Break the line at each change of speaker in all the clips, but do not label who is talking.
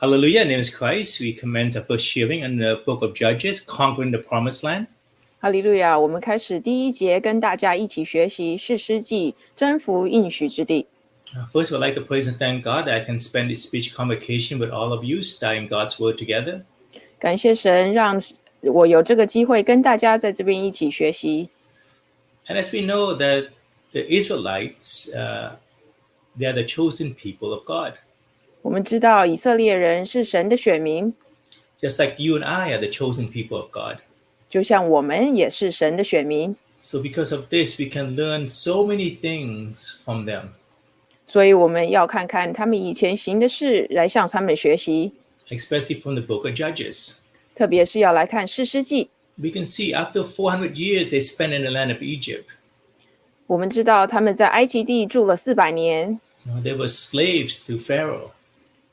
Hallelujah, in the name of Christ, we commence our first sharing in the book of Judges, Conquering the Promised Land.
哈利路亚！我们开始第一节，跟大家一起学习《士师记》，征服应许之地。
Uh, First, I'd like to praise and thank God that I can spend this speech convocation with all of you, studying God's Word together.
感谢神，让我有这个机会跟大家在这边一起学习。
And as we know that the Israelites, uh, they are the chosen people of God.
我们知道以色列人是神的选民，
Just like you and I are the chosen people of God.
就像我们也是神的选民。
So because of this, we can learn so many things from them.
所以我们要看看他们以前行的事，来向他们学习。
especially from the book of Judges.
特别是要来看《士师记》，
We can see after 400 years they spent in the land of Egypt.
我们知道他们在埃及地住了四百年，
You know, they were slaves to Pharaoh.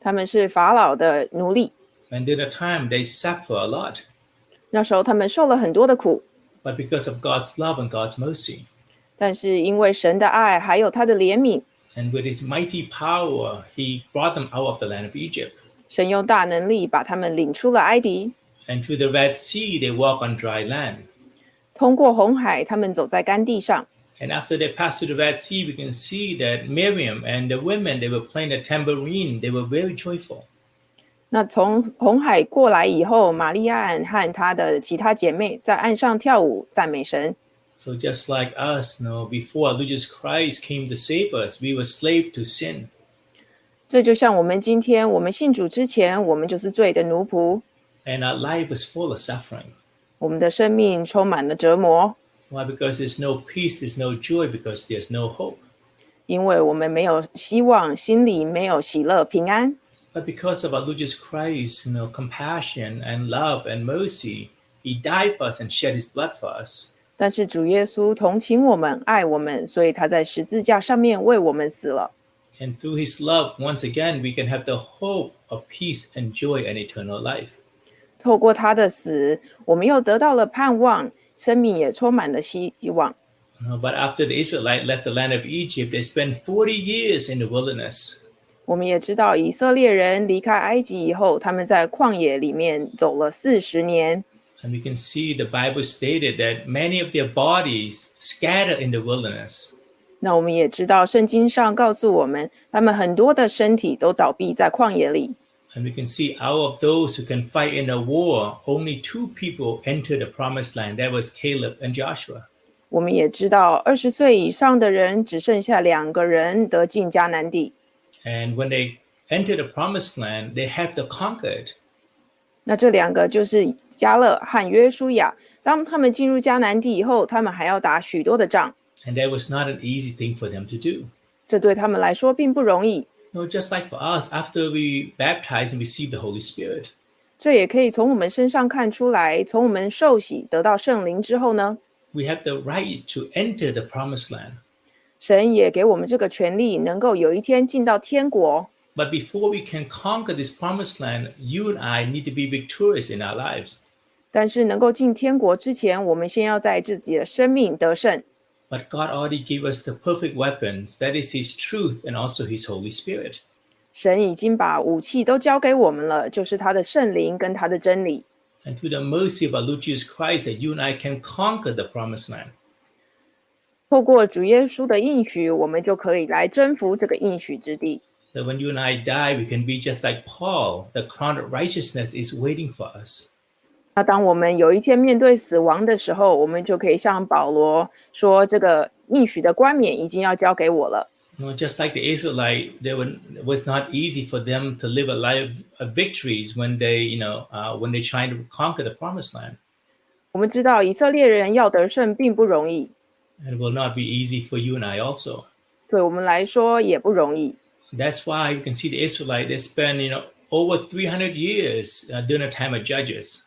他们是法老的奴隶。
And during the time, they suffer a lot.
那时候他们受了很多的苦，
But because of God's love and God's mercy,
但是因为神的爱还有他的怜悯，
and with his mighty power, he brought them out of the land of Egypt.
神用大能力把他们领出了埃及，
And through the Red Sea, they walk on dry land.
通过红海，他们走在干地上。
And after they passed through the Red Sea, we can see that Miriam and the women, they were playing the tambourine. They were very joyful.
那从红海过来以后，玛利亚和她的其他姐妹在岸上跳舞赞美神。
So just like us, no, before our Lord Jesus Christ came to save us, we were slave to sin.
这就像我们今天我们信主之前，我们就是罪的奴仆，
and our life is full of suffering.
我们的生命充满了折磨，
Why? Because there's no peace, there's no joy, because there's no hope.
因为我们没有希望，心里没有喜乐平安。
But because of our Lord Jesus Christ, you know, compassion and love and mercy, He died for us and shed His blood for us.
但是主耶稣同情我们，爱我们，所以他在十字架上面为我们死了。
And through His love, once again, we can have the hope of peace and joy and eternal life.
透过他的死，我们又得到了盼望，生命也充满了希望。
You know, But after the Israelite left the land of Egypt, they spent 40 years in the wilderness.
我们也知道，以色列人离开埃及以后，他们在旷野里面走了四十年。
And we can see the Bible stated that many of their bodies scattered in the wilderness.
那我们也知道，圣经上告诉我们，他们很多的身体都倒闭在旷野里。
And we can see out of those who can fight in a war, only two people entered the promised land. That was Caleb and Joshua.
我们也知道，二十岁以上的人只剩下两个人得进迦南地。
And when they entered the promised land, they have to conquer it.
那这两个就是加勒和约书亚。当他们进入迦南地以后，他们还要打许多的仗，
And that was not an easy thing for them to do.
这对他们来说并不容易。
You know, just like for us, after we baptize and receive the Holy Spirit,
这也可以从我们身上看出来，从我们受洗得到圣灵之后呢，
we have the right to enter the promised land.
神也给我们这个权利，能够有一天进到天国。哦
But before we can conquer this promised land, you and I need to be victorious in our lives.
但是能够进天国之前，我们先要在自己的生命得胜。
But God already gave us the perfect weapons that is His truth and also His Holy Spirit.
神已经把武器都交给我们了，就是他的圣灵跟他的真理。
and through the mercy of our Lord Jesus Christ that you and I can conquer the promised land.
透过主耶稣的应许，我们就可以来征服这个应许之地。
That when you and I die, we can be just like Paul. The crown of righteousness is waiting for us.
那当我们有一天面对死亡的时候，我们就可以向保罗说：“这个应许的冠冕已经要交给我了。
You know, just like the Israelite, they were, it was not easy for them to live a life of victories when they, you know, uh, when they trying to conquer the promised land. ”
我们知道以色列人要得胜并不容易，
And it will not be easy for you and I also.
对我们来说也不容易。
That's why you can see the Israelite, they spent, you know, over 300 years uh, during the time of Judges.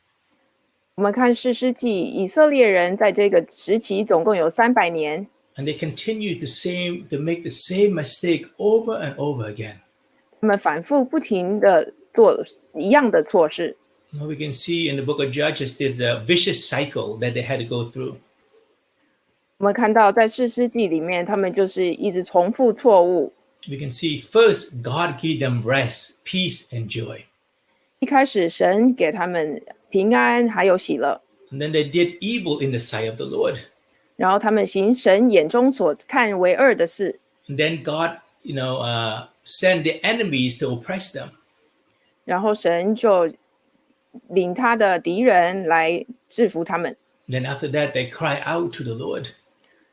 我们看《士师记》，以色列人在这个时期总共有三百年，
And they continue the same, to make the same mistake over and over again.
他们反复不停的做一样的错事。
Now we can see in the book of Judges, there's a vicious cycle that they had to go through.
我们看到在《士师记》里面，他们就是一直重复错误。
We can see first, God gave them rest, peace, and joy.
一开始神给他们平安还有喜乐，
And then they did evil in the sight of the Lord.
然后他们行神眼中所看为恶的事，
And then God, you know, uh, sent the enemies to oppress them.
然后神就领他的敌人来制服他们，
Then after that, they cry out to the Lord.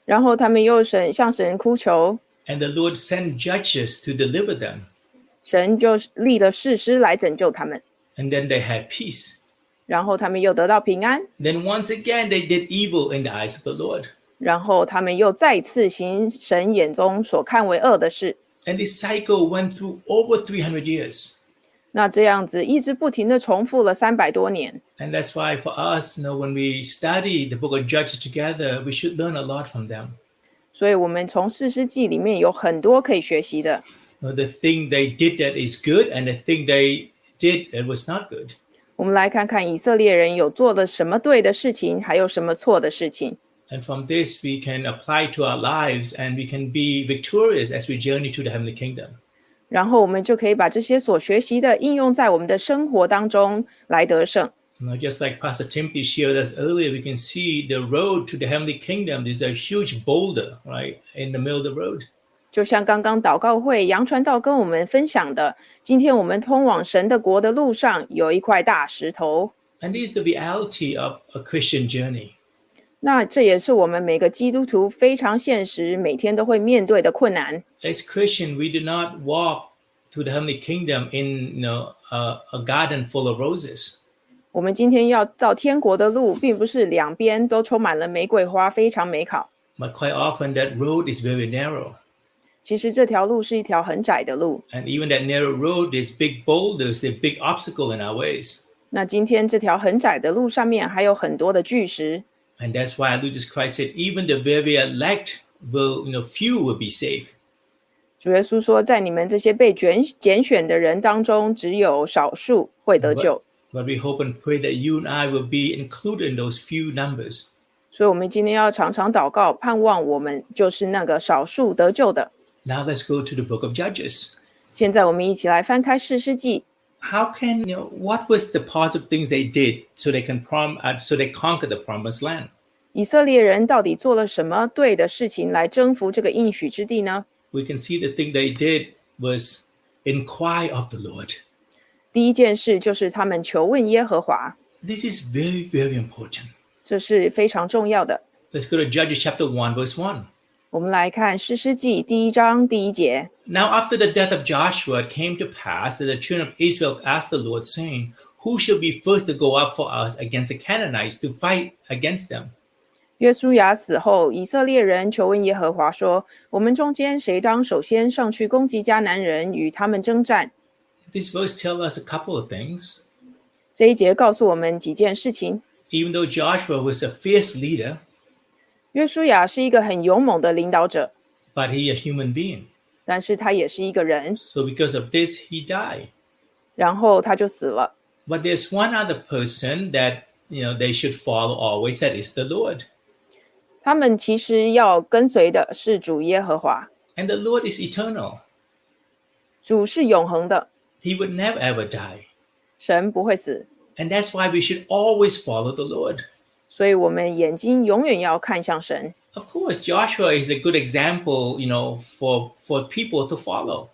然后他们又神向神哭求，
And the Lord sent judges to deliver them.
神就立了士师来拯救他们，
And then they had peace.
然后他们又得到平安，
Then once again, they did evil in the eyes of the Lord.
然后他们又再次行神眼中所看为恶的事。
And this cycle went through over 300 years.
那这样子一直不停的重复了三百多年，
And that's why for us, you know, when we study the book of Judges together, we should learn a lot from them.
所以我们从《四世纪》里面有很多可以学习的。
You know, the thing they did that is good and the thing they did that was not good.
我们来看看以色列人有做了什么对的事情，还有什么错的事情。
And from this, we can apply to our lives and we can be victorious as we journey to the heavenly kingdom.
然后我们就可以把这些所学习的应用在我们的生活当中来得胜。
You know, just like Pastor Timothy shared us earlier, we can see the road to the heavenly kingdom is a huge boulder, right, in the middle of the road.
就像刚刚祷告会杨传道跟我们分享的，今天我们通往神的国的路上有一块大石头，
And this is the reality of a Christian journey.
那这也是我们每个基督徒非常现实、每天都会面对的困难。
As Christian, we do not walk to the heavenly kingdom in you know a, a garden full of roses.
我们今天要到天国的路，并不是两边都充满了玫瑰花，非常美好。
But quite often that road is very narrow.
其实这条路是一条很窄的路。
And even that narrow road, there's big boulders, there's big obstacle in our ways.
那今天这条很窄的路上面还有很多的巨石，
And that's why Jesus Christ said, even the very elect will, you know, few will be saved.
主耶稣说，在你们这些被卷拣选的人当中，只有少数会得救。
But we hope and pray that you and I will be included in those few numbers.
所以，我们今天要常常祷告，盼望我们就是那个少数得救的。
Now let's go to the book of Judges.
现在，我们一起来翻开《士师记》，
How can you know what was the positive things they did so they can prom uh, so they conquered the promised land?
以色列人到底做了什么对的事情来征服这个应许之地呢？
We can see the thing they did was inquire of the Lord.
第一件事就是他们求问耶和华，
This is very, very important.
这是非常重要的。
Let's go to Judges chapter 1, verse 1.
我们来看《士师记》第一章第一节。
Now, after the death of Joshua, it came to pass that the children of Israel asked the Lord, saying, Who shall be first to go up for us against the Canaanites to fight against them?
约书亚死后，以色列人求问耶和华说：“我们中间谁当首先上去攻击迦南人，与他们征战
This verse tells us a couple of things.？”
这一节告诉我们几件事情。
Even though Joshua was a fierce leader,
约书亚是一个很勇猛的领导者，
but he a human being.
但是他也是一个人，
So because of this, he died.
然后他就死了。
But there's one other person that you know they should follow always, that is the Lord.
他们其实要跟随的是主耶和华，
And the Lord is eternal.
主是永恒的，
He would never ever die.
神不会死，
And that's why we should always follow the Lord.
所以我们眼睛永远要看向神。
of course joshua is a good example you know for for people to follow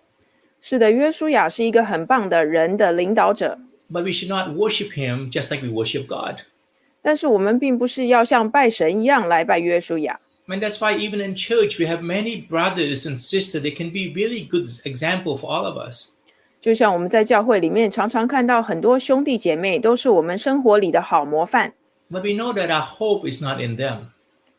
是的，约书亚是一个很棒的人的领导者，
but we should not worship him just like we worship god
但是我们并不是要像拜神一样来拜约书亚。
and that's why even in church we have many brothers and sisters they can be really good example for all of us
就像我们在教会里面常常看到很多兄弟姐妹都是我们生活里的好模范，
but we know that our hope is not in them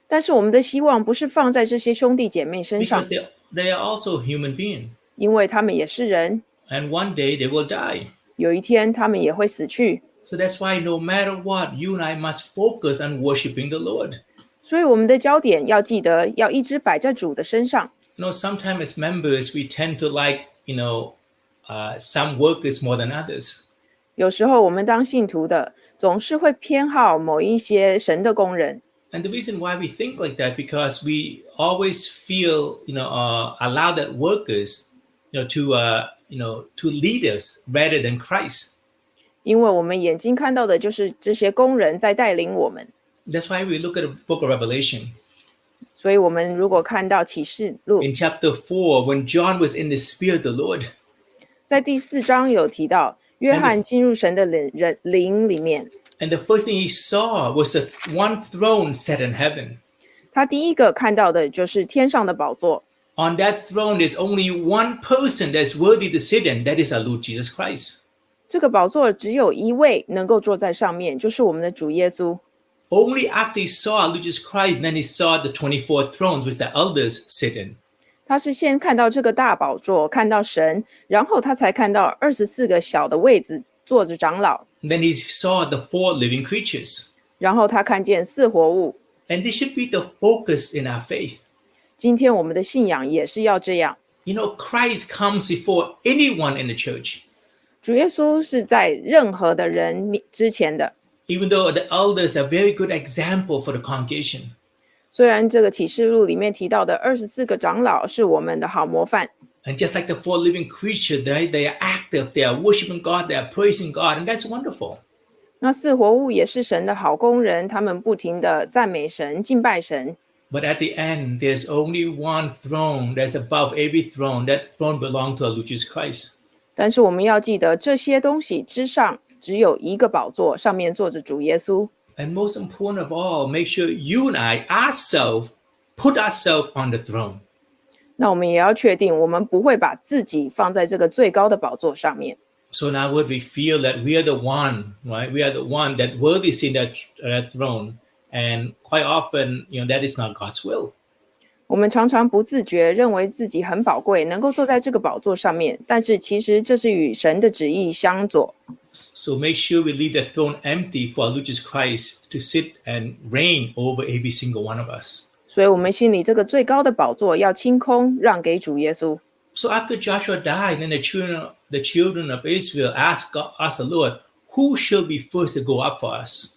但是我们的希望不是放在这些兄弟姐妹身上
because，they, they are also human being
因为他们也是人，
and one day they will die
有一天他们也会死去。
so that's why no matter what you and i must focus on worshiping the lord
所以我们的焦点要记得要一直摆在主的身上。
you know sometimes as members we tend to like you know uh, some workers more than others
有时候我们当信徒的总是会偏好某一些神的工人，
and the reason why we think like that because we always feel you know uh, allow that workers you know to uh, you know to lead us rather than christ
因为我们眼睛看到的就是这些工人在带领我们。
That's why we look at the book of Revelation.
所以，我们如果看到启示录
In chapter 4, when John was in the Spirit of the Lord,
在第四章有提到，约翰进入神的灵人灵里面，
and the first thing he saw was the one throne set in heaven.
他第一个看到的就是天上的宝座，
On that throne, there's only one person that's worthy to sit in, that is our Lord Jesus Christ.
这个宝座只有一位能够坐在上面，就是我们的主耶稣。
Only after he saw our Lord Jesus Christ, then he saw the 24 thrones which the elders sit in.
他是先看到这个大宝座，看到神，然后他才看到二十四个小的位子坐着长老，
Then he saw the four living creatures.
然后他看见四活物。
And this should be the focus in our faith.
今天我们的信仰也是要这样。
You know, Christ comes before anyone in the church.
主耶稣是在任何的人面之前的，
Even though the elders are very good example for the congregation,
虽然这个启示录里面提到的二十四个长老是我们的好模范，
and just like the four living creatures, they, they are active, they are worshiping God, they are praising God, and that's wonderful.
那四活物也是神的好工人，他们不停的赞美神、敬拜神。
But at the end, there's only one throne that's above every throne. That throne belongs to our Lord Jesus Christ.
但是我们要记得，这些东西之上只有一个宝座，上面坐着主耶稣。
And most important of all, make sure you and I ourselves put ourselves on the throne.
那我们也要确定，我们不会把自己放在这个最高的宝座上面。
So now would we feel that we are the one, right? We are the one that worthy seen that, that throne. And quite often, you know, that is not God's will.
我们常常不自觉认为自己很宝贵，能够坐在这个宝座上面，但是其实这是与神的旨意相左。
So make sure we leave that throne empty for our Lord Jesus Christ to sit and reign over every single one of us.
所以，我们心里这个最高的宝座要清空，让给主耶稣。
So after Joshua died, then the children, the children of Israel asked, God, asked the Lord, who shall be first to go up for us?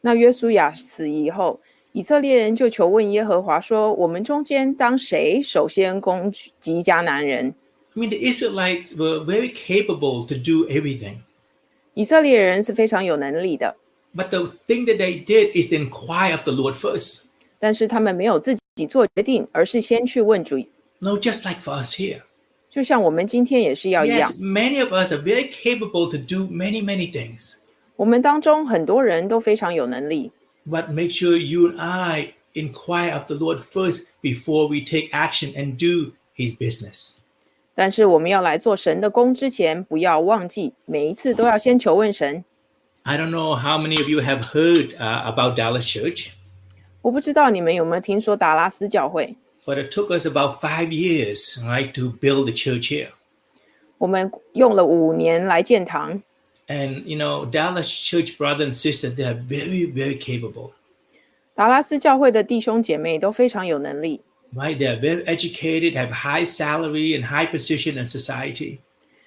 那约书亚死以后，以色列人就求问耶和华说：“我们中间当谁首先攻击迦南人
I mean, the Israelites were very capable to do everything.？”
以色列人是非常有能力的，
But the thing that they did is to inquire of the Lord first.
但是他们没有自己做决定，而是先去问主。
No, just like for us here.
就像我们今天也是要一样
Yes, many of us are very capable to do many, many things.
我们当中很多人都非常有能力，
But make sure you and I inquire of the Lord first before we take action and do his business.
但是我们要来做神的工之前，不要忘记每一次都要先求问神。
I don't know how many of you have heard uh, about Dallas Church.
我不知道你们有没有听说达拉斯教会？
But it took us about five years, right, to build the church here.
我们用了五年来建堂，
And you know, Dallas Church brother and sister, they are very, very capable,
达拉斯教会的弟兄姐妹都非常有能力，
right? They are very educated, have high salary and high position in society.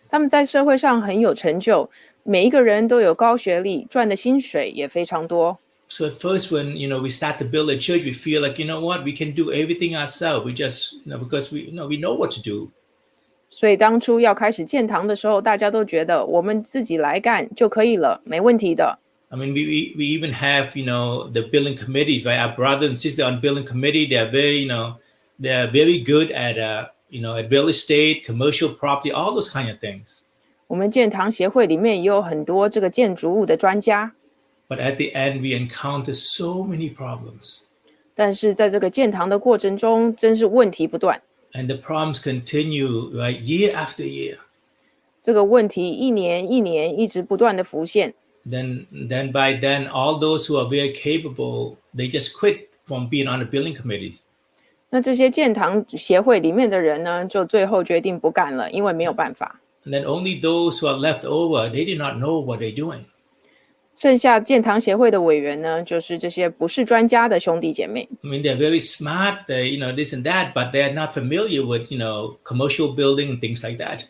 他们在社会上很有成就，每一个人都有高学历，赚的薪水也非常多。
So at first, when you know we start to build a church, we feel like you know what we can do everything ourselves. We just you know because we you know we know what to do.
所以当初要开始建堂的时候，大家都觉得我们自己来干就可以了，没问题的。
I mean, we, we, we even have you know the building committees, right? Our brother and sister on building committee, they are very you know they are very good at uh you know at real estate, commercial property, all those kind of things.
我们建堂协会里面也有很多这个建筑物的专家，
But at the end, we encounter so many problems,
但是在这个建堂的过程中，真是问题不断。
and the problems continue right year after year.
这个问题一年一年一直不断的浮现，
Then then by then, all those who are very capable, they just quit from being on the building committees.
那这些建堂协会里面的人呢，就最后决定不干了，因为没有办法。
And then only those who are left over, they did not know what they're doing.
剩下建堂协会的委员呢，就是这些不是专家的兄弟姐妹。
I mean, they're very smart, they, you know, this and that, but they're not familiar with, you know, commercial building and things like that.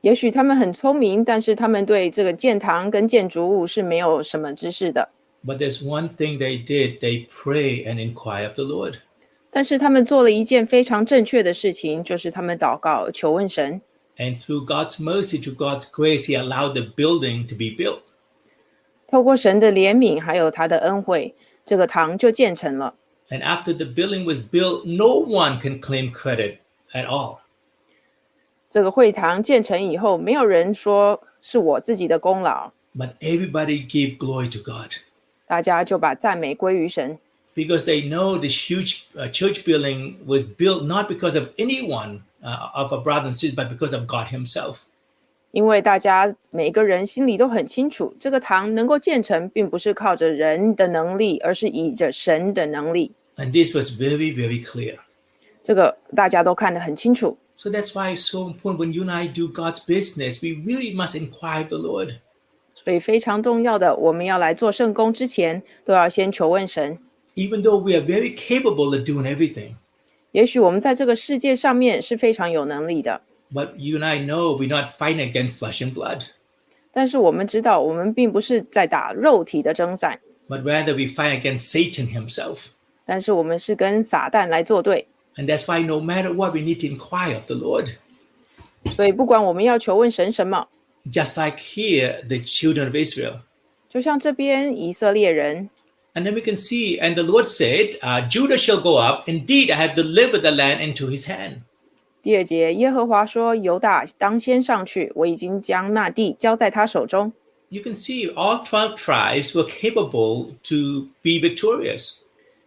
也许他们很聪明，但是他们对这个建堂跟建筑物是没有什么知识的。
But there's one thing they did: they pray and inquire of the Lord.
但是他们做了一件非常正确的事情，就是他们祷告求问神。
And through God's mercy, through God's grace, He allowed the building to be built.
透过神的怜悯还有他的恩惠，这个堂就建成了。
And after the building was built, no one can claim credit at all.
这个会堂建成以后，没有人说是我自己的功劳，
But everybody gave glory to God
大家就把赞美归于神，
because they know this huge uh, church building was built not because of anyone uh, of a brother and sister, but because of God Himself.
因为大家每个人心里都很清楚，这个堂能够建成，并不是靠着人的能力，而是倚着神的能力。
And this was very, very clear.
这个大家都看得很清楚，
So that's why it's so important when you and I do God's business, we really must inquire of the Lord.
所以非常重要的，我们要来做圣工之前，都要先求问神。
Even though we are very capable of doing everything,
也许我们在这个世界上面是非常有能力的，
but you and I know we're not fighting against flesh and blood,
但是我们知道，我们并不是在打肉体的征战，
but rather we fight against Satan himself.
但是我们是跟撒旦来作对。
And that's why no matter what, we need to inquire of the Lord.
所以，不管我们要求问神什么，
Just like here, the children of Israel.
就像这边以色列人，
And then we can see, and the Lord said, uh, Judah shall go up. Indeed, I have delivered the land into his hand.
第二节，耶和华说：“犹大当先上去，我已经将那地交在他手中。
You can see all 12 tribes were capable to be victorious. ”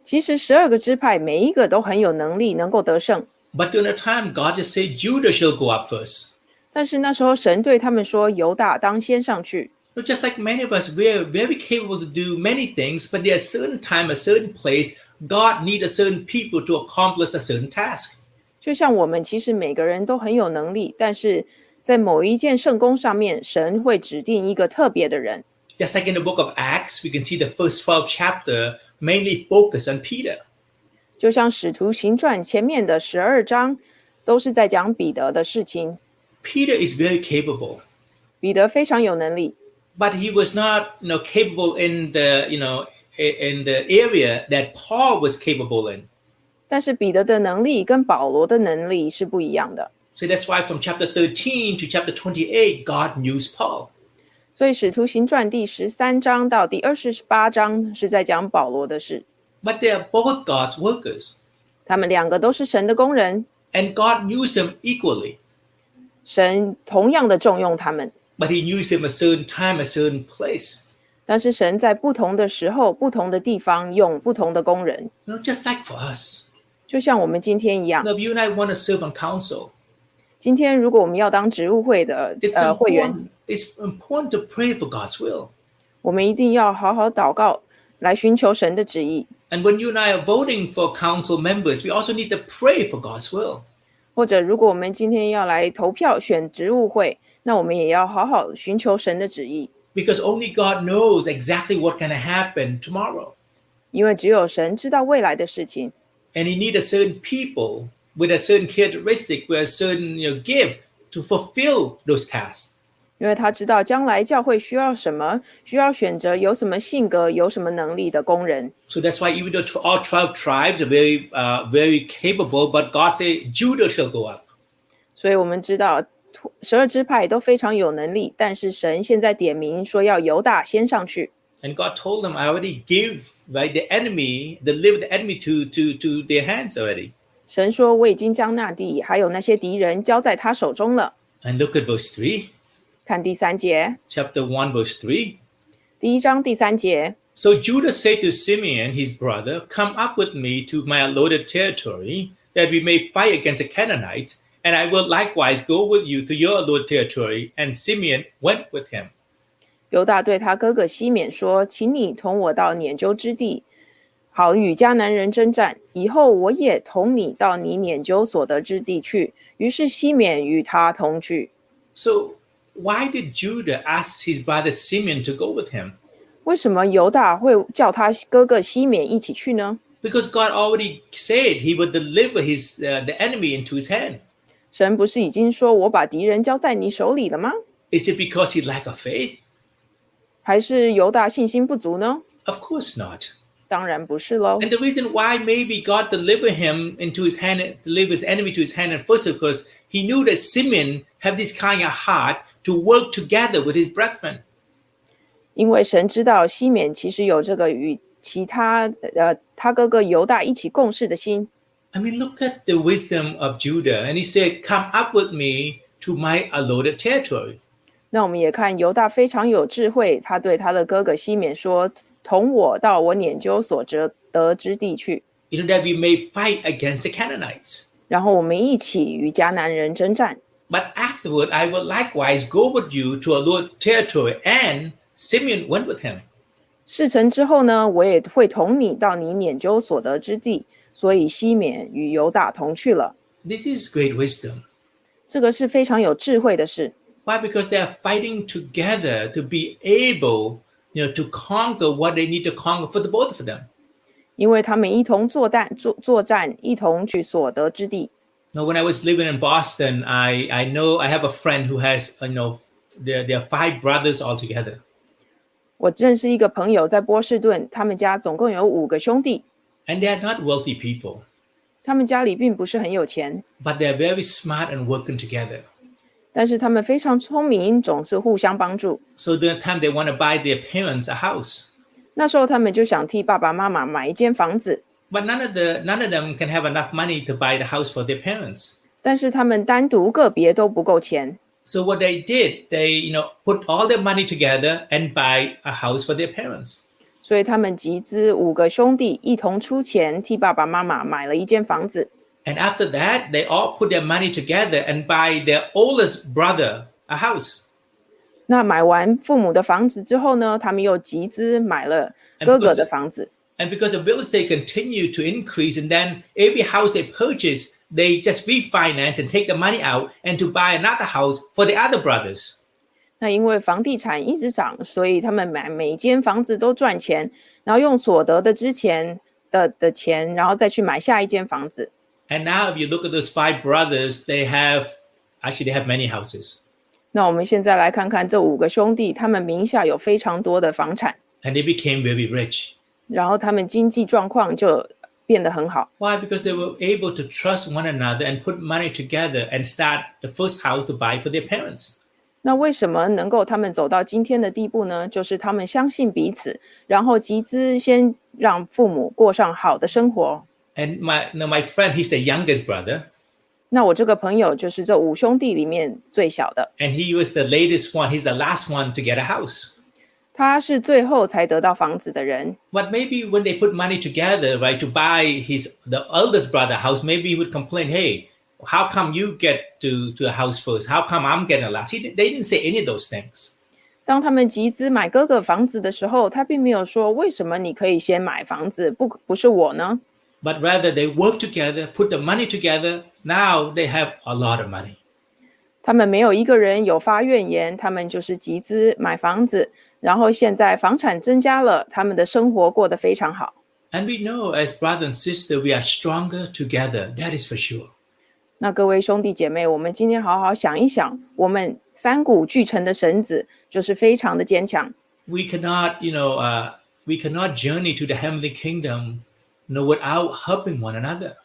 其实十二个支派每一个都很有能力，能够得胜。
But during that time, God just said, Judah shall go up first.
但是那时候，神对他们说：“犹大当先上去。
So just like many of us, we're very capable to do many things, but there's a certain time, a certain place, God needs a certain people to accomplish a certain task. ”
就像我们其实每个人都很有能力，但是在某一件圣功上面，神会指定一个特别的人。
Just like in the book of Acts, we can see the first 12 chapter mainly focus on Peter.
就像《使徒行传》前面的十二章，都是在讲彼得的事情。
Peter is very capable,
彼得非常有能力，
but he was not, you know, capable in the, you know, i- in the area that Paul was capable in.
但是彼得的能力跟保罗的能力是不一样的。
So that's why from chapter 13 to chapter 28, God used Paul.
所以《使徒行传》第十三章到第二十八章是在讲保罗的事，
But they are both God's workers,
他们两个都是神的工人，
and God used them equally.
神同样的重用他们。
But He used them a certain time, a certain place.
但是神在不同的时候、不同的地方用不同的工人，
You know, just like for us.
就像我们今天一样
You。know, if you and I want to serve on council,
今天如果我们要当职务会的
it's
呃会员，
important. It's important to pray for God's will.
我们一定要好好祷告，来寻求神的旨意。
And when you and I are voting for council members, we also need to pray for God's will.
或者，如果我们今天要来投票选职务会，那我们也要好好寻求神的旨意，
Because only God knows exactly what's going to happen tomorrow.
因为只有神知道未来的事情。
And He needs a certain people with a certain characteristic, with a certain you know, gift to fulfill those tasks.
因为他知道将来教会需要什么，需要选择有什么性格、有什么能力的工人。
So that's why even though tw- all 12 tribes are very, uh, very capable, but God said, Judah shall go up.
所以我们知道十二支派都非常有能力，但是神现在点名说要犹大先上去。
And God told them, I already give right, the enemy, delivered the enemy to, to, to their hands already.
神说：“我已经将那地还有那些敌人交在他手中了。
And look at verse 3, ”
看第三节，
chapter 1, verse 3.
第一章第三节，
So Judah said to Simeon, his brother, Come up with me to my allotted territory, that we may fight against the Canaanites, and I will likewise go with you to your allotted territory. And Simeon went with him.
犹大对他哥哥西缅说：“请你同我到撵究之地，好与迦南人征战。以后我也同你到你撵究所得之地去。”于是西缅与他同去。
So why did Judah ask his brother Simeon to go with him?
为什么犹大会叫他哥哥西缅一起去呢？
Because God already said he would deliver his uh, the enemy into his hand.
神不是已经说我把敌人交在你手里了吗？
Is it because he lack of faith?
还是犹大信心不足呢？
Of course not.
当然不是喽。
And the reason why maybe God delivered him into his hand, delivered his enemy to his hand at first, because he knew that Simeon had this kind of heart to work together with his brethren.
因为神知道西缅其实有这个与其他呃他哥哥犹大一起共事的心。
I mean, look at the wisdom of Judah. And he said, Come up with me to my allotted territory.
那我们也看犹大非常有智慧，他对他的哥哥西缅说：“同我到我研究所得得之地去，
You know, that we may fight against the Canaanites.
然后我们一起与迦南人征战。
But afterward, I will likewise go with you to allotted territory. And Simeon went with him.
事成之后呢，我也会同你到你研究所得之地。”所以西缅与犹大同去了。
This is great wisdom.
这个是非常有智慧的事，
Why? Because they are fighting together to be able, you know, to conquer what they need to conquer for the both of them.
因为他们一同作战，作作战，一同去所得之地。
Now, when I was living in Boston, I, I know I have a friend who has, you know, there, there are five brothers altogether.
我认识一个朋友在波士顿，他们家总共有五个兄弟，
And they are not wealthy people,
他们家里并不是很有钱，
but they're very smart and working together.
但是他们非常聪明，总是互相帮助。
So the time they want to buy their parents a house,
那时候他们就想替爸爸妈妈买一间房子，
but none of the none of them can have enough money to buy the house for their parents.
但是他们单独个别都不够钱，
So what they did, they you know put all their money together and buy a house for their parents.
所以他们集资五个兄弟一同出钱替爸爸妈妈买了一间房子。
And after that, they all put their money together and buy their oldest brother a house.
那买完父母的房子之后呢，他们又集资买了哥哥的房子。
And because the real estate continued to increase, and then every house they purchase, they just refinance and take the money out and to buy another house for the other brothers.
那因为房地产一直涨，所以他们买每间房子都赚钱，然后用所得的之前的的钱，然后再去买下一间房子。
And now, if you look at those five brothers, they have actually they have many houses,
那我们现在来看看这五个兄弟，他们名下有非常多的房产，
and they became very rich.
然后他们经济状况就变得很好，
Why? Because they were able to trust one another and put money together and start the first house to buy for their parents.
那为什么能够他们走到今天的地步呢？就是他们相信彼此，然后集资先让父母过上好的生活。哦
And my now my friend, he's the youngest brother,
那我这个朋友就是这五兄弟里面最小的，
and he was the latest one. He's the last one to get a house.
他是最后才得到房子的人。
But maybe when they put money together, right, to buy his the eldest brother a house, maybe he would complain, "Hey, how come you get to to a house first? How come I'm getting a last?" He, di- they didn't say any of those things.
当他们集资买哥哥房子的时候，他并没有说为什么你可以先买房子，不不是我呢？
But rather, they work together, put the money together. Now they have a lot of money.
他们没有一个人有发怨言，他们就是集资买房子，然后现在房产增加了，他们的生活过得非常好。
And we know as brother and sister, we are stronger together. That is for sure.
那各位兄弟姐妹，我们今天好好想一想，我们三股聚成的绳子就是非常的坚强。
We cannot, you know, uh, we cannot journey to the heavenly kingdom, you know, without helping one another.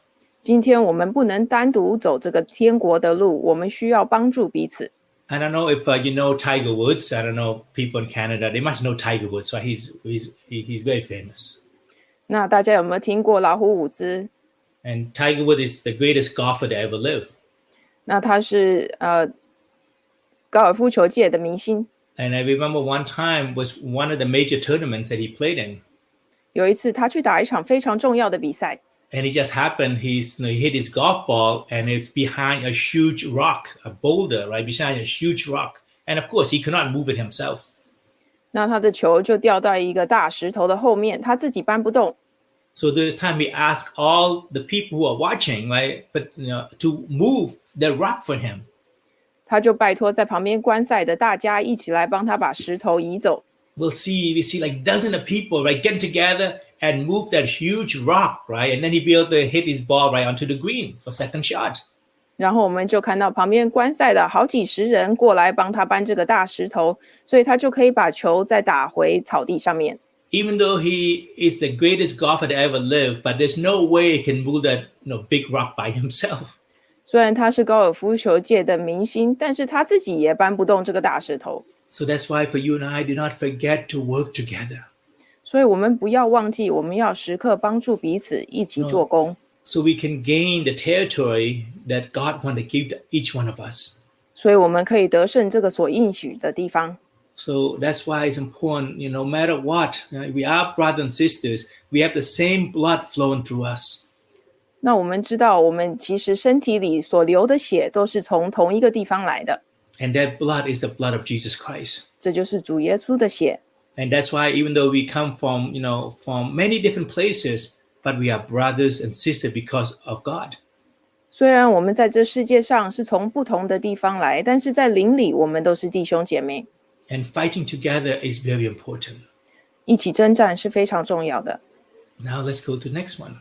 今天我们不能单独走这个天国的路，我们需要帮助彼此。
I don't know if uh, you know Tiger Woods. I don't know people in Canada. They must know Tiger Woods. So he's he's he- he's very famous.
那大家有没有听过老虎伍兹？
And Tiger Woods is the greatest golfer to ever live.
那他是呃高尔夫球界的明星。
And I remember one time was one of the major tournaments that he played in,
有一次他去打一场非常重要的比赛，
and it just happened. He's you know, he hit his golf ball, and it's behind a huge rock, a boulder, right behind a huge rock. And of course, he could not move it himself.
那他的球就掉到一个大石头的后面，他自己搬不动。
So this time he asked all the people who are watching, right, but you know, to move the rock for him.
他就拜托在旁边观赛的大家一起来帮他把石头移走。
we'll see we see like dozen of people right get together and move that huge rock right and then he'll be able to hit his ball right onto the green for second shot
然后我们就看到旁边观赛的好几十人过来帮他搬这个大石头，所以他就可以把球再打回草地上面。
even though he is the greatest golfer to ever live but there's no way he can move that you know, big rock by himself
虽然他是高尔夫球界的明星，但是他自己也搬不动这个大石头。
So that's why for you and I, do not forget to work together.
所以我们不要忘记，我们要时刻帮助彼此，一起做工，
so we can gain the territory that God wants to give to each one of us.
所以我们可以得胜这个所应许的地方。
So that's why it's important, you know, no matter what, you know, we are brothers and sisters, we have the same blood flowing through us.
那我们知道，我们其实身体里所流的血都是从同一个地方来的，
And that blood is the blood of Jesus Christ.
这就是主耶稣的血。
And that's why even though we come from, you know, from many different places, but we are brothers and sisters because of God.
虽然我们在这世界上是从不同的地方来，但是在灵里我们都是弟兄姐妹，
And fighting together is very important.
一起征战是非常重要的。
Now let's go to the next one.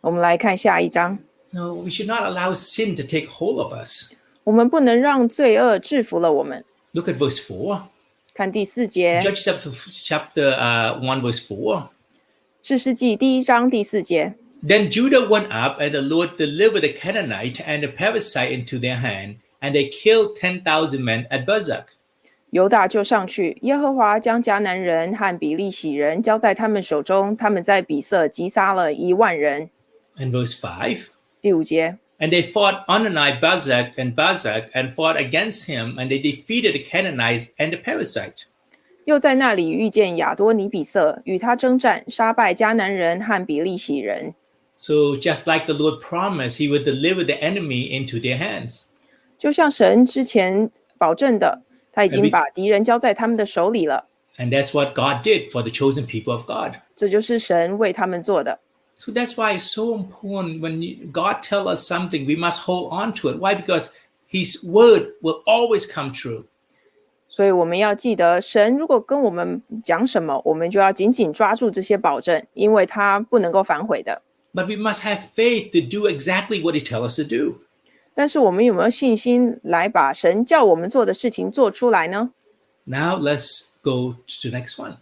我们来看下一章，
No, we should not allow sin to take hold of us.
我们不能让罪恶制服了我们。
Look at verse 4.
看第四节，《
Judges chapter, chapter uh, 1, verse 4.
士师记》第一章第四节。
Then Judah went up, and the Lord delivered the Canaanite and the Perizzite into their hand, and they killed 10,000 men at Bezek.
犹大就上去，耶和华将迦南人和比利洗人交在他们手中，他们在比色击杀了一万人。
And verse 5.
第五节，
And they fought Onani Bezek and Bezek and fought against him, and they defeated the Canaanites and the Perizzite.
又在那里遇见亚多尼比色，与他征战，杀败迦南人和比利洗人。
So just like the Lord promised, he would deliver the enemy into their hands.
就像神之前保证的，他
哎
已经
，B-
把敌人交在他们的手里了。
And that's what God did for the chosen people of God.
这就是神为他们做的。
So that's why it's so important when you- God tells us something, we must hold on to it. Why? Because His word will always come true.
所以我们要记得，神如果跟我们讲什么，我们就要紧紧抓住这些保证，因为他不能够反悔的。
But we must have faith to do exactly what He tells us to do.
但是我们有没有信心来把神叫我们做的事情做出来呢？
Now let's go to the next one.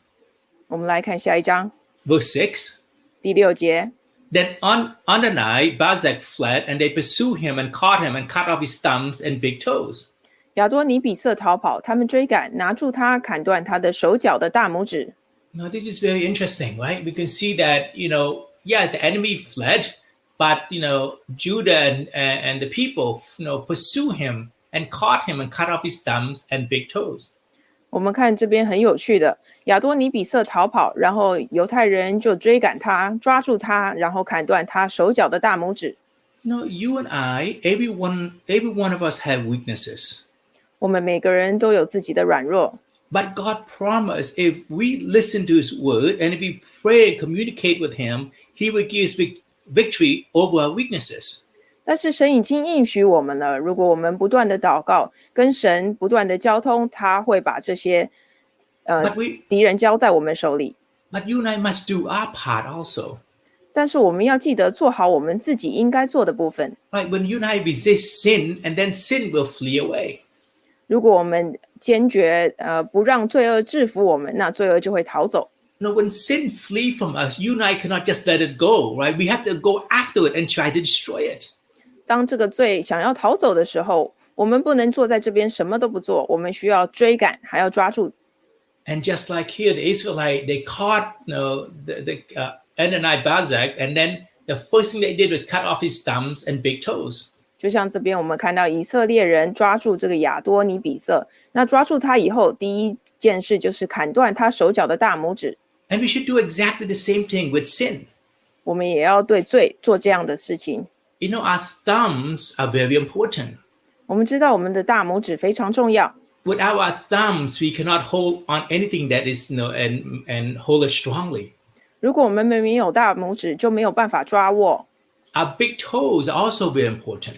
我们来看下一章
Verse 6.
第六节。
Then on Anani, Bazak fled, and they pursued him and caught him and cut off his thumbs and big toes.
亚多尼比色逃跑，他们追赶，拿住他，砍断他的手脚的大拇指。
Now this is very interesting, right? We can see that you know, yeah, the enemy fled, but you know, Judah and and and the people you know pursue him and caught him and cut off his thumbs and big toes.
我们看这边很有趣的，亚多尼比色逃跑，然后犹太人就追赶他，抓住他，然后砍断他手脚的大拇指。
You know, you and I, everyone, every one of us have weaknesses,
我们每个人都有自己的软弱，
but God promised if we listen to His word and if we pray and communicate with Him, He will give us vic- victory over our weaknesses.
但是神已经应许我们了，如果我们不断的祷告，跟神不断的交通，他会把这些
But
呃
we,
敌人交在我们手里。
but you and I must do our part also.
但是我们要记得做好我们自己应该做的部分。
Right, when you and I resist sin, and then sin will flee away.
如果我们坚决呃不让罪恶制服我们，那罪恶就会逃走。
No, when sin flee from us, you and I cannot just let it go, right? We have to go after it and try to destroy it.
当这个罪想要逃走的时候，我们不能坐在这边什么都不做，我们需要追赶，还要抓住。
And just like here, the Israelite, they caught you know, the, the uh, Anani Bazak, and then the first thing they did was cut off his thumbs and big toes.
就像这边我们看到以色列人抓住这个亚多尼比色，那抓住他以后，第一件事就是砍断他手脚的大拇指。
And we should do exactly the same thing with sin.
我们也要对罪做这样的事情。
You know, our thumbs are very important.
我们知道我们的大拇指非常重要，
Without our thumbs, we cannot hold on anything that is, you know, and, and hold it strongly.
如果我们没有大拇指，就没有办法抓握。
Our big toes are also very important.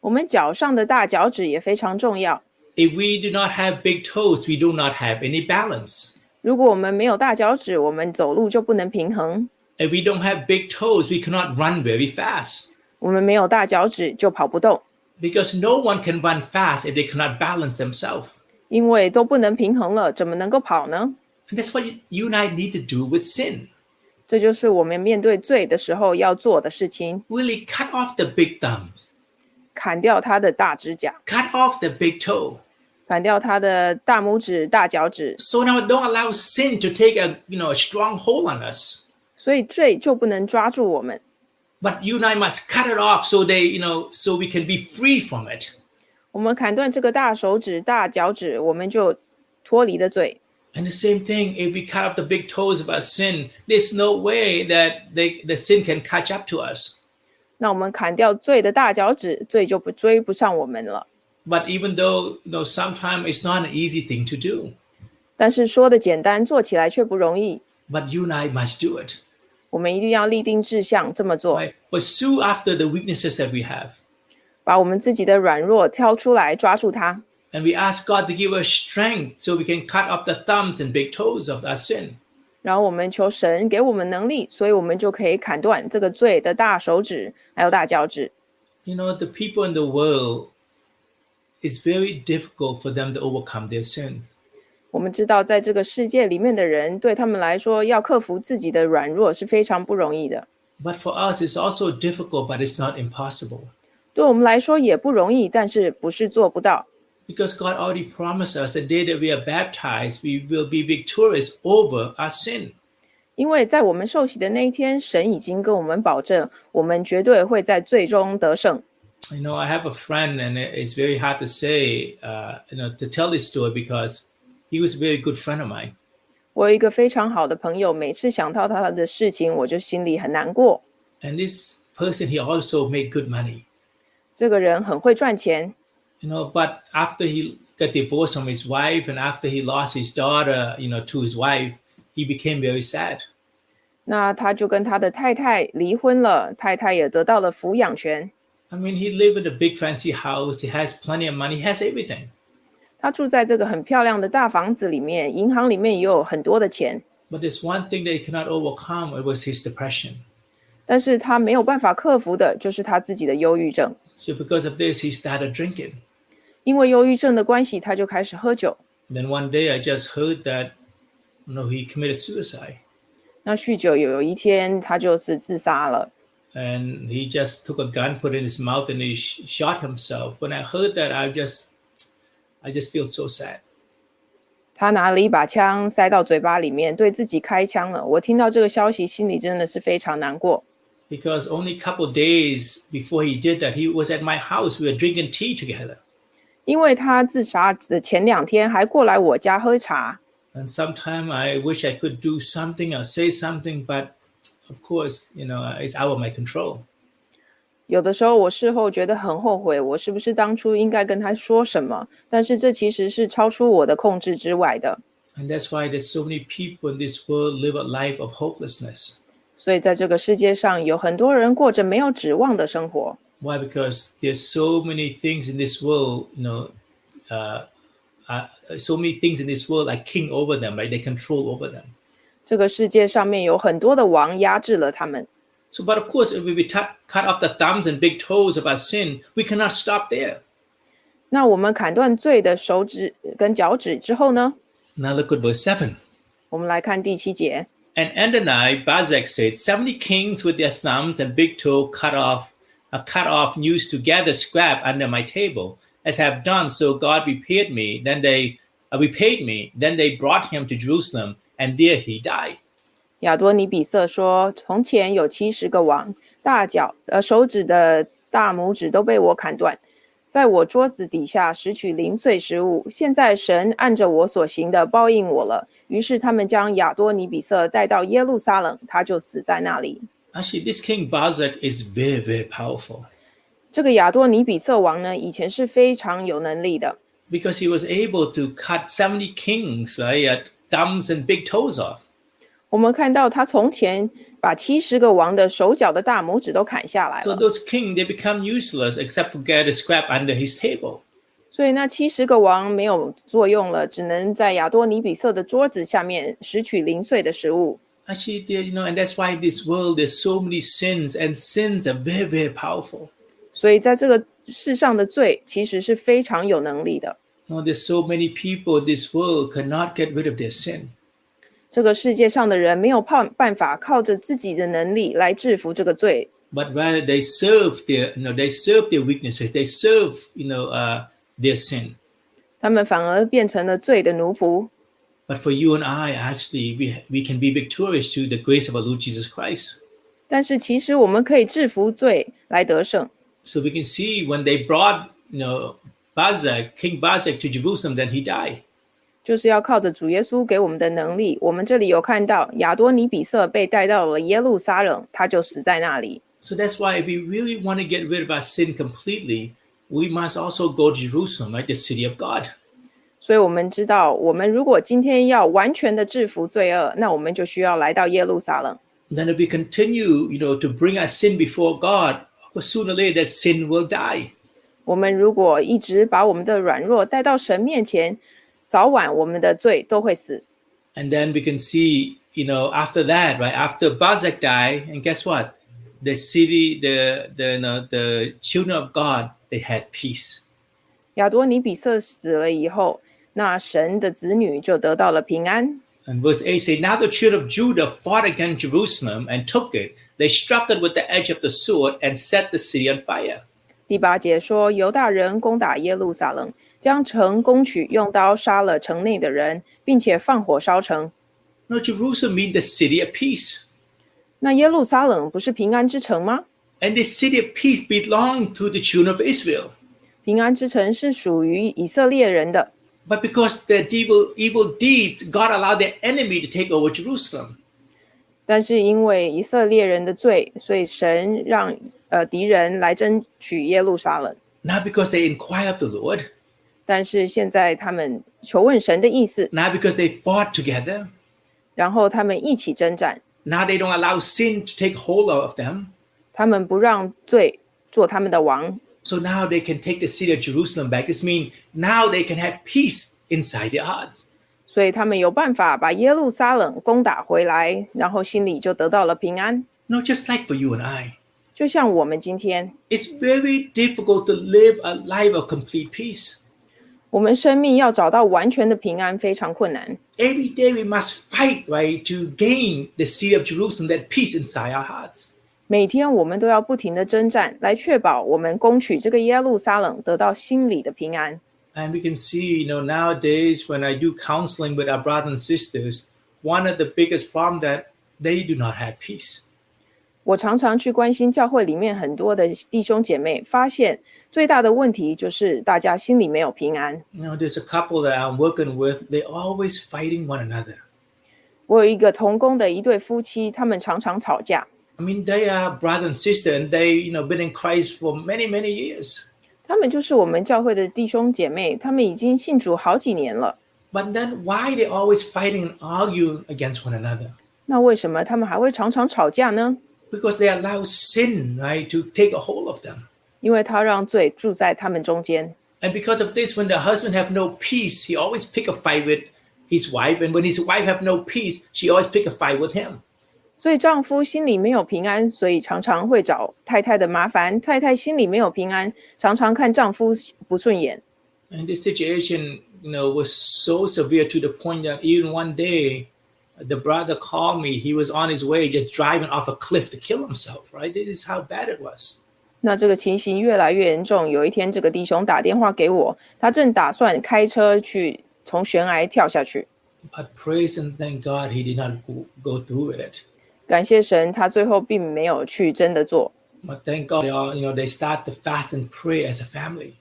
我们脚上的大脚趾也非常重要。
If we do not have big toes, we do not have any balance.
如果我们没有大脚趾，我们走路就不能平衡；
If we don't have big toes, we cannot run very fast
我们没有大脚趾就跑不动，
because no one can run fast if they cannot balance themselves.
因为都不能平衡了，怎么能够跑呢？
And that's what you and I need to do with sin.
这就是我们面对罪的时候要做的事情：
Really cut off the big thumb,
砍掉他的大指甲，
cut off the big toe,
砍掉他的大拇指、大脚趾，
So now don't allow sin to take a you know a strong hold on us.
所以罪就不能抓住我们。
But you and I must cut it off so they you know so we can be free from it.
我们砍断这个大手指、大脚趾，我们就脱离了罪。
And the same thing, if we cut off the big toes of our sin, there's no way that they, the sin can catch up to us.
那我们砍掉罪的大脚趾，罪就不追不上我们了。
But even though you know sometimes it's not an easy thing to do,
但是说的简单，做起来却不容易。
but you and I must do it.
我们一定要立定志向，这么做，
Right? Pursue after the weaknesses that we have.
把我们自己的软弱挑出来，抓住它。
And we ask God to give us strength so we can cut off the thumbs and big toes of our sin.
然后我们求神给我们能力，所以我们就可以砍断这个罪的大手指还有大脚趾。
You know, the people in the world, it's very difficult for them to overcome their sins.
我们知道，在这个世界里面的人，对他们来说，要克服自己的软弱是非常不容易的。
But for us, it's also difficult, but it's not impossible.
对我们来说也不容易，但是不是做不到，
Because God already promised us the day that we are baptized, we will be victorious over our sin.
因为在我们受洗的那一天，神已经跟我们保证，我们绝对会在最终得胜。
You know, I have a friend, and it- it's very hard to say, uh, you know, to tell this story because he was a very good friend of mine.
我有一个非常好的朋友，每次想到他的事情，我就心里很难过。
And this person, he also made good money.
这个人很会赚钱，
you know but after he got divorced from his wife and after he lost his daughter you know to his wife he became very sad
那他就跟他的太太离婚了，太太也得到了抚养权。
i mean he lived in a big fancy house he has plenty of money he has everything
他住在这个很漂亮的大房子里面，银行里面也有很多的钱，
but there's one thing that he cannot overcome it was his depression
但是他没有办法克服的就是他自己的忧郁症。
so because of this he started drinking
因为忧郁症的关系，他就开始喝酒。
then one day i just heard that you know he committed suicide
那酗酒有一天他就是自杀了。
and he just took a gun put it in his mouth and he sh- shot himself when i heard that i just i just feel so sad
他拿了一把枪塞到嘴巴里面，对自己开枪了。我听到这个消息，心里真的是非常难过。
because only a couple days before he did that, he was at my house. We were drinking tea together.
因为他自杀的前两天还过来我家喝茶，
And sometime I wish I could do something or say something, but of course, you know, it's out of my control.
有的时候我事后觉得很后悔，我是不是当初应该跟他说什么？但是这其实是超出我的控制之外的。
And that's why there's so many people in this world live a life of hopelessness.
所以在这个世界上，有很多人过着没有指望的生活，
Why? Because there's so many things in this world, you know, uh, uh, so many things in this world are king over them, right? They control over them.
这个世界上面有很多的王压制了他们。
So, but of course, if we cut cut off the thumbs and big toes of our sin, we cannot stop there.
那我们砍断罪的手指跟脚趾之后呢？
Now look at verse 7.
我们来看第七节，
And Adonai, Bazak said, 70 kings with their thumbs and big toe cut off, uh, cut off used to gather scrap under my table. As I have done, so God repaid me. Then they uh, repaid me. Then they brought him to Jerusalem, and there he died.
亚多尼比色说：“从前有七十个王，大脚呃手指的大拇指都被我砍断，在我桌子底下拾取零碎食物。现在神按着我所行的报应我了。”于是他们将亚多尼比色带到耶路撒冷，他就死在那里。
Actually, this king Bazak is very, very powerful
这个亚多尼比色王呢，以前是非常有能力的，
because he was able to cut 70 kings, right, uh, thumbs and big toes off.
我们看到他从前把七十个王的手脚的大拇指都砍下来
So
了，
those kings, they become useless except for gather scrap under his table.
所以那七十个王没有作用了，只能在亚多尼比色的桌子下面拾取零碎的食物。
Actually, there, you know, and that's why this world there's so many sins, and sins are very, very powerful.
所以在这个世上的罪其实是非常有能力的。
You know, there's so many people in this world cannot get rid of their sin.
这个世界上的人没有办办法靠着自己的能力来制服这个罪，
But rather they serve their you know, they serve their weaknesses, they serve, you know, uh, their sin.
他们反而变成了罪的奴仆。
But for you and I, actually, we, we can be victorious through the grace of our Lord Jesus Christ.
但是其实我们可以制服罪来得胜。
So we can see when they brought, you know, Bazak, King Bazak to Jerusalem, then he died.
就是要靠着主耶稣给我们的能力。我们这里有看到亚多尼比色被带到了耶路撒冷，他就死在那里。
So that's why if we really want to get rid of our sin completely, we must also go to Jerusalem, right? The city of God.
所以我们知道，我们如果今天要完全的制服罪恶，那我们就需要来到耶路撒冷。
then if we continue, you know, to bring our sin before God, well, sooner or later that sin will die.
我们如果一直把我们的软弱带到神面前，早晚我们的罪都会死。
And then we can see, you know, after that, right? After Bazak died, and guess what? The city, the the you know, the children of God, they had peace.
亚多尼比色死了以后，那神的子女就得到了平安。
And verse 8 say, Now the children of Judah fought against Jerusalem and took it. They struck it with the edge of the sword and set the city on fire.
第八节说，犹大人攻打耶路撒冷，将城攻取，用刀杀了城内的人，并且放火烧城。
Now Jerusalem means the city of peace.
那耶路撒冷不是平安之城吗？
And the city of peace belonged to the children of Israel.
平安之城是属于以色列人的，
But because their evil, evil deeds, God allowed their enemy to take over Jerusalem.
但是因为以色列人的罪，所以神让呃敌人来争取耶路撒冷。
Not because they inquired of the Lord,
但是现在他们求问神的意思，
not because they fought together.
然后他们一起征战，
Now they don't allow sin to take hold of them.
他们不让罪做他们的王，
So now they can take the city of Jerusalem back. This means now they can have peace inside their hearts.
所以他们有办法把耶路撒冷攻打回来，然后心里就得到了平安。
No, just like for you and I.
就像我们今天，
It's very difficult to live a life of complete peace.
我们生命要找到完全的平安非常困难。
Every day we must fight, right, to gain the city of Jerusalem, that peace inside our hearts.
每天我们都要不停的征战，来确保我们攻取这个耶路撒冷，得到心里的平安。
And we can see, you know, nowadays when I do counseling with our brothers and sisters, one of the biggest problem that they do not have peace.
我常常去关心教会里面很多的弟兄姐妹，发现最大的问题就是大家心里没有平安。
You know, there's a couple that I'm working with, they're always fighting one another.
我有一个同工的一对夫妻，他们常常吵架，
I mean, they are brother and sister and they, you know, been in Christ for many, many years.
他们就是我们教会的弟兄姐妹，他们已经信主好几年了。
But then why they always fighting and arguing against one another?
那为什么他们还会常常吵架呢？
Because they allow sin, right, to take a hold of them.
因为他让罪住在他们中间。
And because of this, when the husband have no peace, he always pick a fight with his wife. And when his wife have no peace, she always pick a fight with him.
所以丈夫心里没有平安，所以常常会找太太的麻烦；太太心里没有平安，常常看丈夫不顺眼。
And this situation, you know, was so severe to the point that even one day, the brother called me. He was on his way, just driving off a cliff to kill himself. Right? This is how bad it was.
那这个情形越来越严重。有一天，这个弟兄打电话给我，他正打算开车去从悬崖跳下去。
But praise and thank God, he did not go, go through with it.
感谢神，他最后并没有去真的做。
But thank God, they all, you know, they start to fast and pray as a family.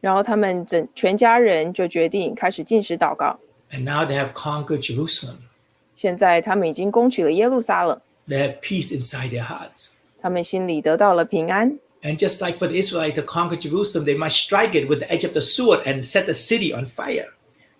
然后他们整全家人就决定开始进食祷告。
And now they have conquered Jerusalem.
现在他们已经攻取了耶路撒冷，
They have peace inside their hearts.
他们心里得到了平安。
And just like for the Israelite to conquer Jerusalem, they must strike it with the edge of the sword and set the city on fire.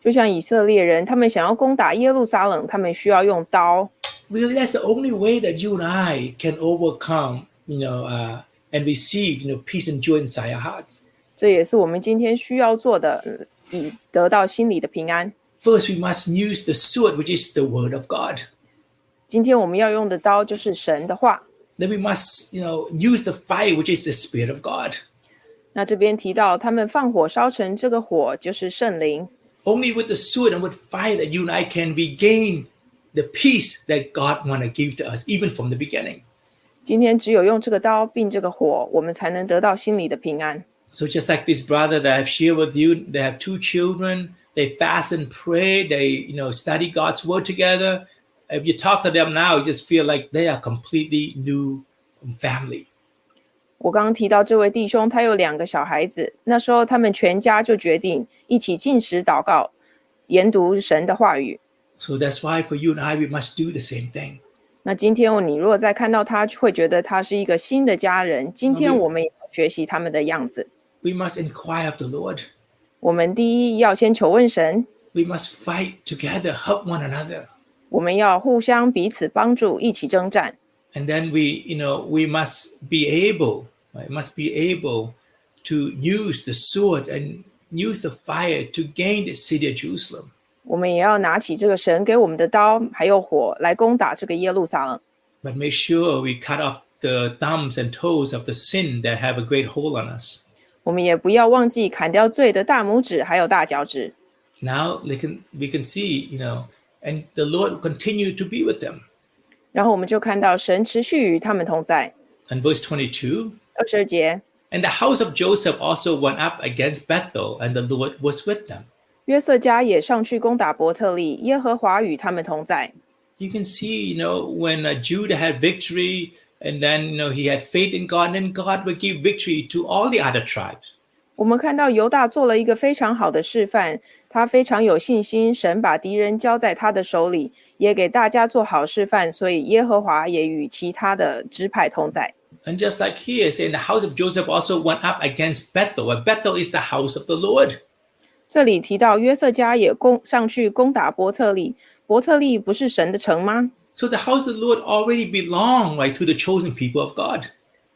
就像以色列人，他们想要攻打耶路撒冷，他们需要用刀。
Really, that's the only way that you and I can overcome, you know, uh, and receive, you know, peace and joy inside our hearts.
这也是我们今天需要做的，呃以得到心里的平安。
First, we must use the sword, which is the word of God.
今天我们要用的刀就是神的话。
Then we must, you know, use the fire, which is the spirit of God.
那这边提到他们放火烧城，这个火就是圣灵。
Only with the sword and with fire that you and I can regain the peace that God want to give to us, even from the beginning.
今天只有用这个刀并这个火，我们才能得到心里的平安。
So just like this brother that I've shared with you, they have two children. They fast and pray. They, you know, study God's word together. If you talk to them now, you just feel like they are completely new family.
我刚刚提到这位弟兄，他有两个小孩子，那时候他们全家就决定一起进食、祷告、研读神的话语。
So that's why for you and I, we must do the same thing.
那今天你若再看到他，会觉得他是一个新的家人。今天我们也要学习他们的样子。
We must inquire of the Lord.
我们第一要先求问神，
We must fight together, help one another.
我们要互相彼此帮助，一起征战。
And then we, you know, we must be able, right, must be able to use the sword and use the fire to gain the city of Jerusalem.
我们也要拿起这个神给我们的刀，还有火来攻打这个耶路撒冷。
But make sure we cut off the thumbs and toes of the sin that have a great hold on us.
我们也不要忘记砍掉罪的大拇指还有大脚趾。
Now they can we can see, you know, and the Lord will continue to be with them.
然后我们就看到神持续与他们同在。
And verse 22,
二十二节，
and the house of Joseph also went up against Bethel, and the Lord was with them.
约瑟家也上去攻打伯特利，耶和华与他们同在。
you can see, you know, when uh, Judah had victory, and then you know he had faith in God, and then God would give victory to all the other tribes.
我们看到犹大做了一个非常好的示范，他非常有信心，神把敌人交在他的手里，也给大家做好示范，所以耶和华也与其他的支派同在。
And just like here, saying the house of Joseph also went up against Bethel, and Bethel is the house of the Lord.
这里提到约瑟家也攻上去攻打伯特利，伯特利不是神的城吗？
So the house of the Lord already belonged right to the chosen people of God.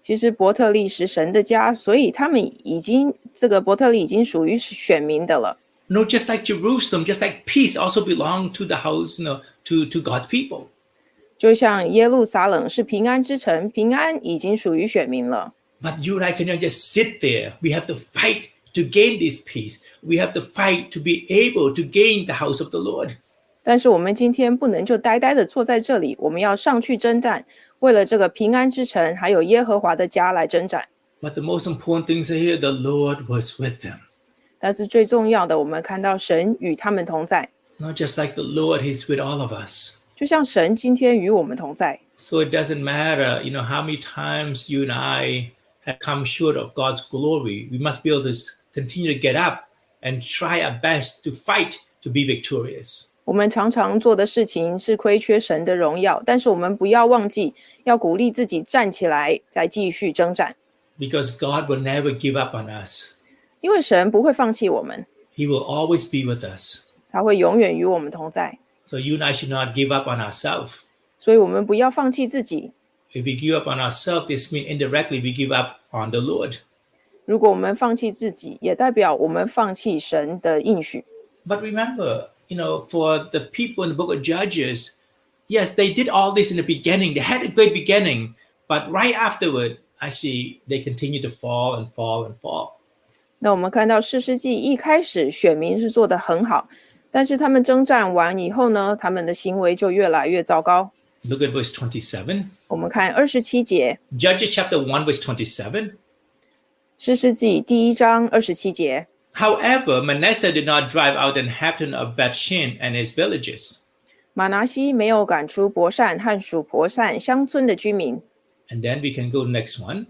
其实伯特利是神的家，所以他们已经这个伯特利已经属于选民的了。
You know, just like Jerusalem, just like peace also belonged to the house, you know, to, to God's people.
就像耶路撒冷是平安之城，平安已经属于选民了。
But you and I cannot just sit there. We have to fight to gain this peace. We have to fight to be able to gain the house of the Lord.
但是我们今天不能就呆呆的坐在这里，我们要上去征战，为了这个平安之城，还有耶和华的家来征战。
But the most important things are here the Lord was with them.
但是最重要的，我们看到神与他们同在，
Not just like the Lord, He's with all of us.
就像神今天与我们同在。
So it doesn't matter, you know, how many times you and I have come short of God's glory. We must be able to s- continue to get up and try our best to fight to be victorious.
我们常常做的事情是亏缺神的荣耀，但是我们不要忘记要鼓励自己站起来，再继续征战，
Because God will never give up on us.
因为神不会放弃我们，
He will always be with us.
他会永远与我们同在。
So you and I should not give up on ourselves.
所以，我们不要放弃自己。
If we give up on ourselves, this means indirectly we give up on the Lord.
如果我们放弃自己，也代表我们放弃神的应许。
But remember, you know, for the people in the book of Judges, yes, they did all this in the beginning. They had a great beginning, but right afterward, actually, they continued to fall and fall and fall.
那我们看到士师记一开始选民是做得很好，但是他们征战完以后呢，他们的行为就越来越糟糕。
Look at verse 27.
我们看二十七节，
Judges chapter 1, verse 27.
士师记第一章二十七节。
However, Manasseh did not drive out the inhabitant of Bethshin and his villages.
马拿西没有赶出伯善和属伯善乡村的居民。
And then we can go next one.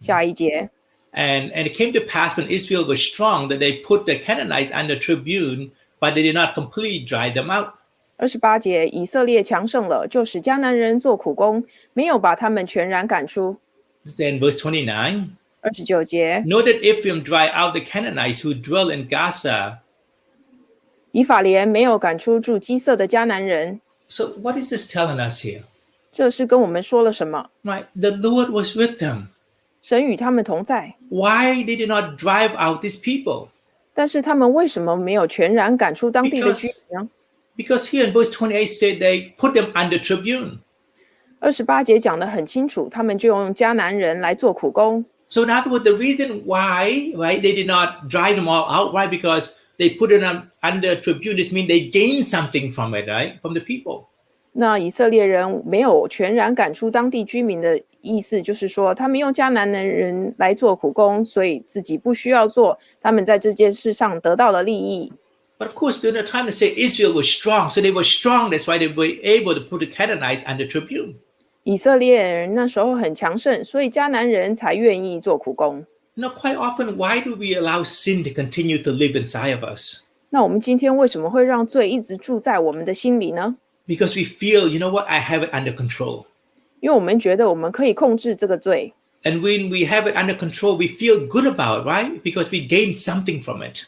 下一节，
And, and it came to pass when Israel was strong that they put the Canaanites under tribune, but they did not completely drive them out.
二十八节，以色列强盛了，就使迦南人做苦工，没有把他们全然赶出。
Then verse 29,
二十九节，
know that Ephraim dried out the Canaanites who dwell in Gaza.
以法莲没有赶出住基色的迦南人。
So what is this telling us here?
这是跟我们说了什么？
Right? The Lord was with them.
神与他们同在，
Why they did not drive out these people?
但是他们为什么没有全然赶出当地的居
Because-
民呢？
Because here in verse 28 said they put them under tribune.
二十八节讲得很清楚，他们就用迦南人来做苦工，
So in other words, the reason why, right, they did not drive them all out, why? Because they put it on, under tribune. This means they gained something from it, right, from the people.
那以色列人没有全然赶出当地居民的意思，就是说他们用迦南男人来做苦工，所以自己不需要做，他们在这件事上得到了利益。
But of course, during the time they say Israel was strong, so they were strong. That's why they were able to put the Canaanites under tribune.
以色列人那时候很强盛，所以迦南人才愿意做苦工。
You know, quite often, why do we allow sin to continue to live inside of us?
那我们今天为什么会让罪一直住在我们的心里呢？
Because we feel, you know what, I have it under control.
因为我们觉得我们可以控制这个罪，
And when we have it under control, we feel good about it, right? Because we gain something from it.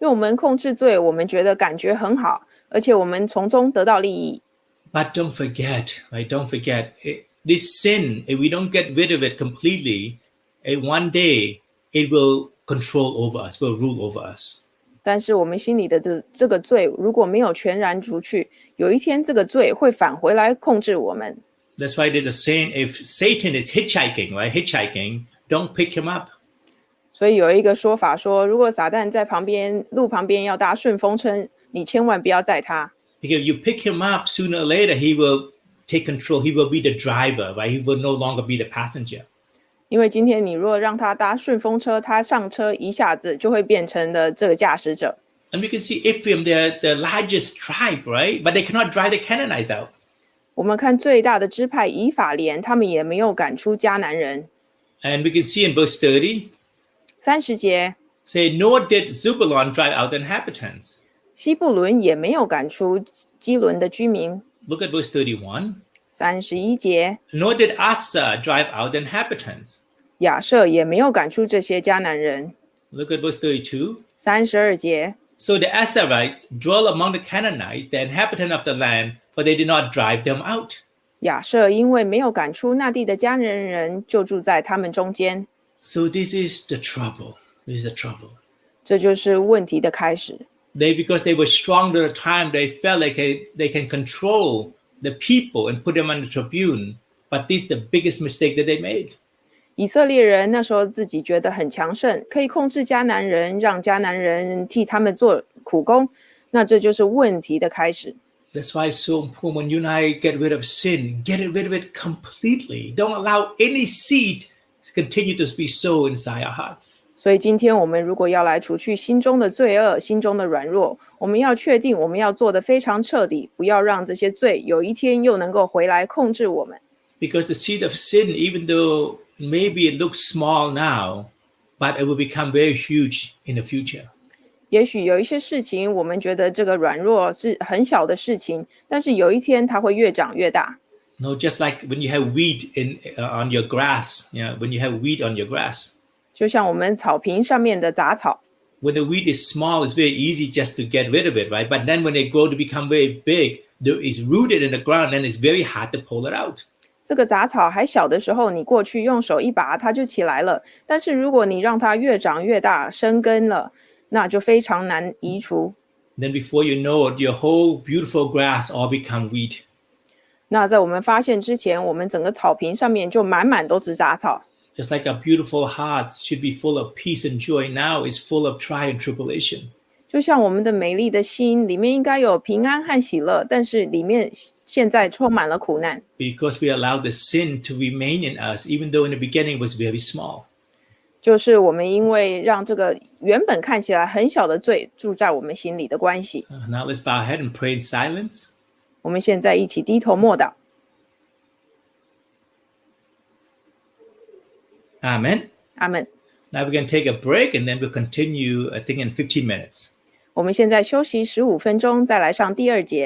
因为我们控制罪，我们觉得感觉很好，而且我们从中得到利益。
But don't forget, right? Don't forget it, this sin. If we don't get rid of it completely, eh, one day it will control over us, will rule over us.
但是我们心里的这这个罪，如果没有全然除去，有一天这个罪会返回来控制我们。
That's why there's a saying: if Satan is hitchhiking, right, hitchhiking, don't pick him up.
所以有一个说法说，如果撒旦在旁边路旁边要搭顺风车，你千万不要载他，
Because you pick him up sooner or later, he will take control. He will be the driver, right? He will no longer be the passenger.
因为今天你若让他搭顺风车，他上车一下子就会变成了这个驾驶者。
And we can see Ephraim, they're the largest tribe, right? But they cannot drive the Canaanites out.
我们看最大的支派以法莲，他们也没有赶出迦南人。
And we can see in verse 30,
三十节，
say, nor did Zebulon drive out the inhabitants.
西布伦也没有赶出基伦的居民。
Look at verse 31.
三十一节，
Nor did Asa drive out the inhabitants.
亚瑟也没有赶出这些迦南人。
Look at verse 32.
三十二节，
So the Asarites dwell among the Canaanites, the inhabitants of the land, for they did not drive them out.
亚瑟因为没有赶出那地的迦南人，就住在他们中间。
So this is the trouble. This is the trouble.
这就是问题的开始。
They, because they were strong at the time, they felt like they, they can control the people and put them on the tribune. But this is the biggest mistake that they made.
以色列人那时候自己觉得很强盛，可以控制迦南人，让迦南人替他们做苦工，那这就是问题的开始。
That's why it's so important when you and I get rid of sin, get rid of it completely. Don't allow any seed to continue to be sown inside our hearts.
所以今天我们如果要来除去心中的罪恶、心中的软弱，我们要确定我们要做的非常彻底，不要让这些罪有一天又能够回来控制我们。
Because the seed of sin, even though maybe it looks small now, but it will become very huge in the future.
也许有一些事情，我们觉得这个软弱是很小的事情，但是有一天它会越长越大。
You know, just like when you have weed in uh, on your grass, you know, when you have weed on your grass,
就像我们草坪上面的杂草，
when the weed is small, it's very easy just to get rid of it, right? But then when they grow to become very big, there is rooted in the ground, and it's very hard to pull it out.
这个杂草还小的时候，你过去用手一拔，它就起来了。但是如果你让它越长越大，生根了，那就非常难移除。
then before you know it, your whole beautiful grass all become weed.
那在我们发现之前，我们整个草坪上面就满满都是杂草。
Just like our beautiful hearts should be full of peace and joy, now is full of trial and tribulation.
就像我们的美丽的心里面应该有平安和喜乐，但是里面现在充满了苦难，
Because we allow the sin to remain in us, even though in the beginning it was very small.
就是我们因为让这个原本看起来很小的罪住在我们心里的关系。
Uh, Now let's bow our head and pray in silence.
我们现在一起低头默祷，
Amen.
阿门。
Now we're going to take a break and then we'll continue, I think, in 15 minutes.
我们现在休息十五分钟，再来上第二节。